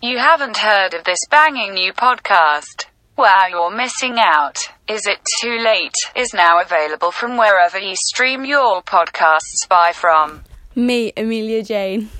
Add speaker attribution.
Speaker 1: You haven't heard of this banging new podcast. Wow, you're missing out. Is It Too Late? is now available from wherever you stream your podcasts by from.
Speaker 2: Me, Amelia Jane.